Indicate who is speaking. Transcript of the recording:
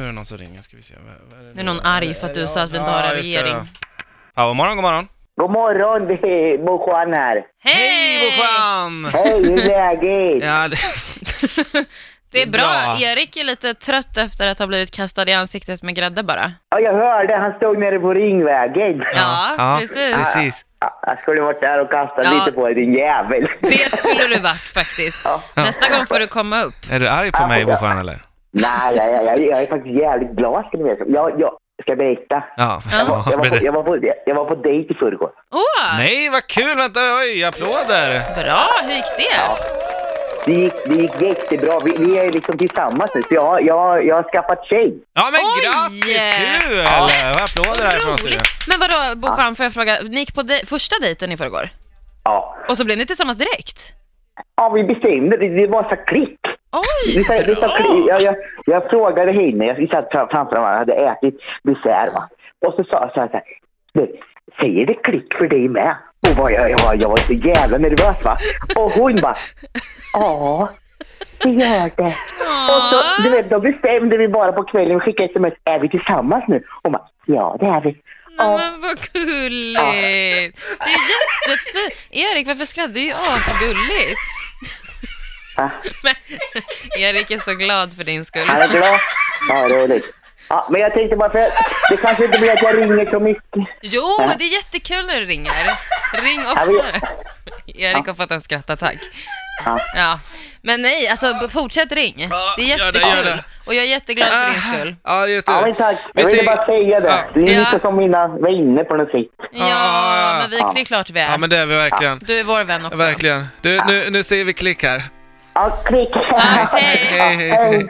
Speaker 1: någon som ringer, ska vi se. Vad- vad
Speaker 2: Det är någon arg för att du sa att vi inte har en
Speaker 1: Ja, just det,
Speaker 2: regering.
Speaker 1: ja. Ja, god morgon, god morgon.
Speaker 3: God morgon, det är Bo Juan här.
Speaker 1: Hej Bojan!
Speaker 3: Hej, hur är läget?
Speaker 1: Ja, det,
Speaker 2: Det är bra.
Speaker 1: Bra.
Speaker 2: Erik är lite trött efter att ha blivit kastad i ansiktet med grädde bara.
Speaker 3: Ja, jag hörde, han stod nere på Ringvägen.
Speaker 2: Ja,
Speaker 1: ja,
Speaker 2: precis.
Speaker 1: precis.
Speaker 3: Ja, Jag skulle varit där och kastat
Speaker 2: Ja.
Speaker 3: lite på dig, din jävel.
Speaker 2: Det skulle du varit faktiskt.
Speaker 3: Ja.
Speaker 2: Nästa gång får du komma upp.
Speaker 1: Är du arg på
Speaker 3: Ja,
Speaker 1: mig
Speaker 3: ja.
Speaker 1: Bojan eller?
Speaker 3: Nej, jag, jag, jag, jag är faktiskt jävligt glad ska ni veta. Jag, jag ska berätta.
Speaker 1: Ja.
Speaker 3: Jag var, jag var, på,
Speaker 1: men det-
Speaker 3: jag var, på, jag var på dejt i förrgår.
Speaker 2: Åh,
Speaker 1: Nej, vad kul! Vänta, oj, applåder!
Speaker 2: bra. Hur gick det?
Speaker 3: Det gick, det gick jättebra. Vi, vi är liksom tillsammans nu, så jag, jag, jag har skaffat tjej.
Speaker 1: Ja, men
Speaker 2: Oj!
Speaker 1: grattis! Kul!
Speaker 3: Ja.
Speaker 1: Vad applåder här från studion.
Speaker 2: Roligt. Men vadå, Bojan, får jag fråga, ni gick på de- första dejten i förrgår
Speaker 3: Ja,
Speaker 2: och så blev ni tillsammans direkt?
Speaker 3: ja vi bestämde. Det, det var så klick. Vi
Speaker 2: Oj!
Speaker 3: sa, vi sa, klick. Jag, jag, jag frågade henne. Jag vi satt fram- framför honom. Jag hade ätit dessert. Va? Och så sa jag så här. Så här "Du, Säger det klick för dig med? Och vad jag, jag, var- jag var så jävla nervös. va. Och hon bara. Ja, det gör det. Och så, du vet, då bestämde vi bara på kvällen, vi skickade sms, är vi tillsammans nu? Hon bara, ja det är vi.
Speaker 2: Nej,
Speaker 3: Ja.
Speaker 2: men vad gulligt! Det är jättefint. Erik, varför skrattar du? Det är ju asgulligt.
Speaker 3: Va?
Speaker 2: Men, Erik är så glad för din skull.
Speaker 3: Han är glad. Ja, roligt. Ja, men jag tänkte bara, för jag, det kanske inte blir att jag ringer så mycket.
Speaker 2: Jo, det är jättekul när du ringer. Ring
Speaker 3: vet.
Speaker 2: oftare. Erik har fått en skrattattack.
Speaker 3: Ja.
Speaker 2: Ja. Men nej, alltså b- fortsätt ring.
Speaker 1: Ja,
Speaker 2: Det är
Speaker 1: gör det, gör
Speaker 2: jättekul.
Speaker 1: det.
Speaker 2: Och jag är jätteglad för din
Speaker 1: Ah,
Speaker 2: skull.
Speaker 1: Ja, det är
Speaker 3: Ja, men
Speaker 1: jättekul.
Speaker 3: tack.
Speaker 1: Vi
Speaker 3: Jag ville
Speaker 1: säger-
Speaker 3: bara säga det.
Speaker 1: Ja.
Speaker 3: Ni är
Speaker 2: Ja.
Speaker 3: lite som mina vänner på något sätt.
Speaker 2: Ja, men vi, det är klart vi
Speaker 1: Ah. Ja,
Speaker 2: är.
Speaker 1: men det är vi verkligen.
Speaker 2: Du är vår vän också.
Speaker 1: Verkligen. Du, nu, nu säger vi klick här.
Speaker 3: Ja, klick.
Speaker 2: Ja, hej.
Speaker 1: Hej, hej, hej.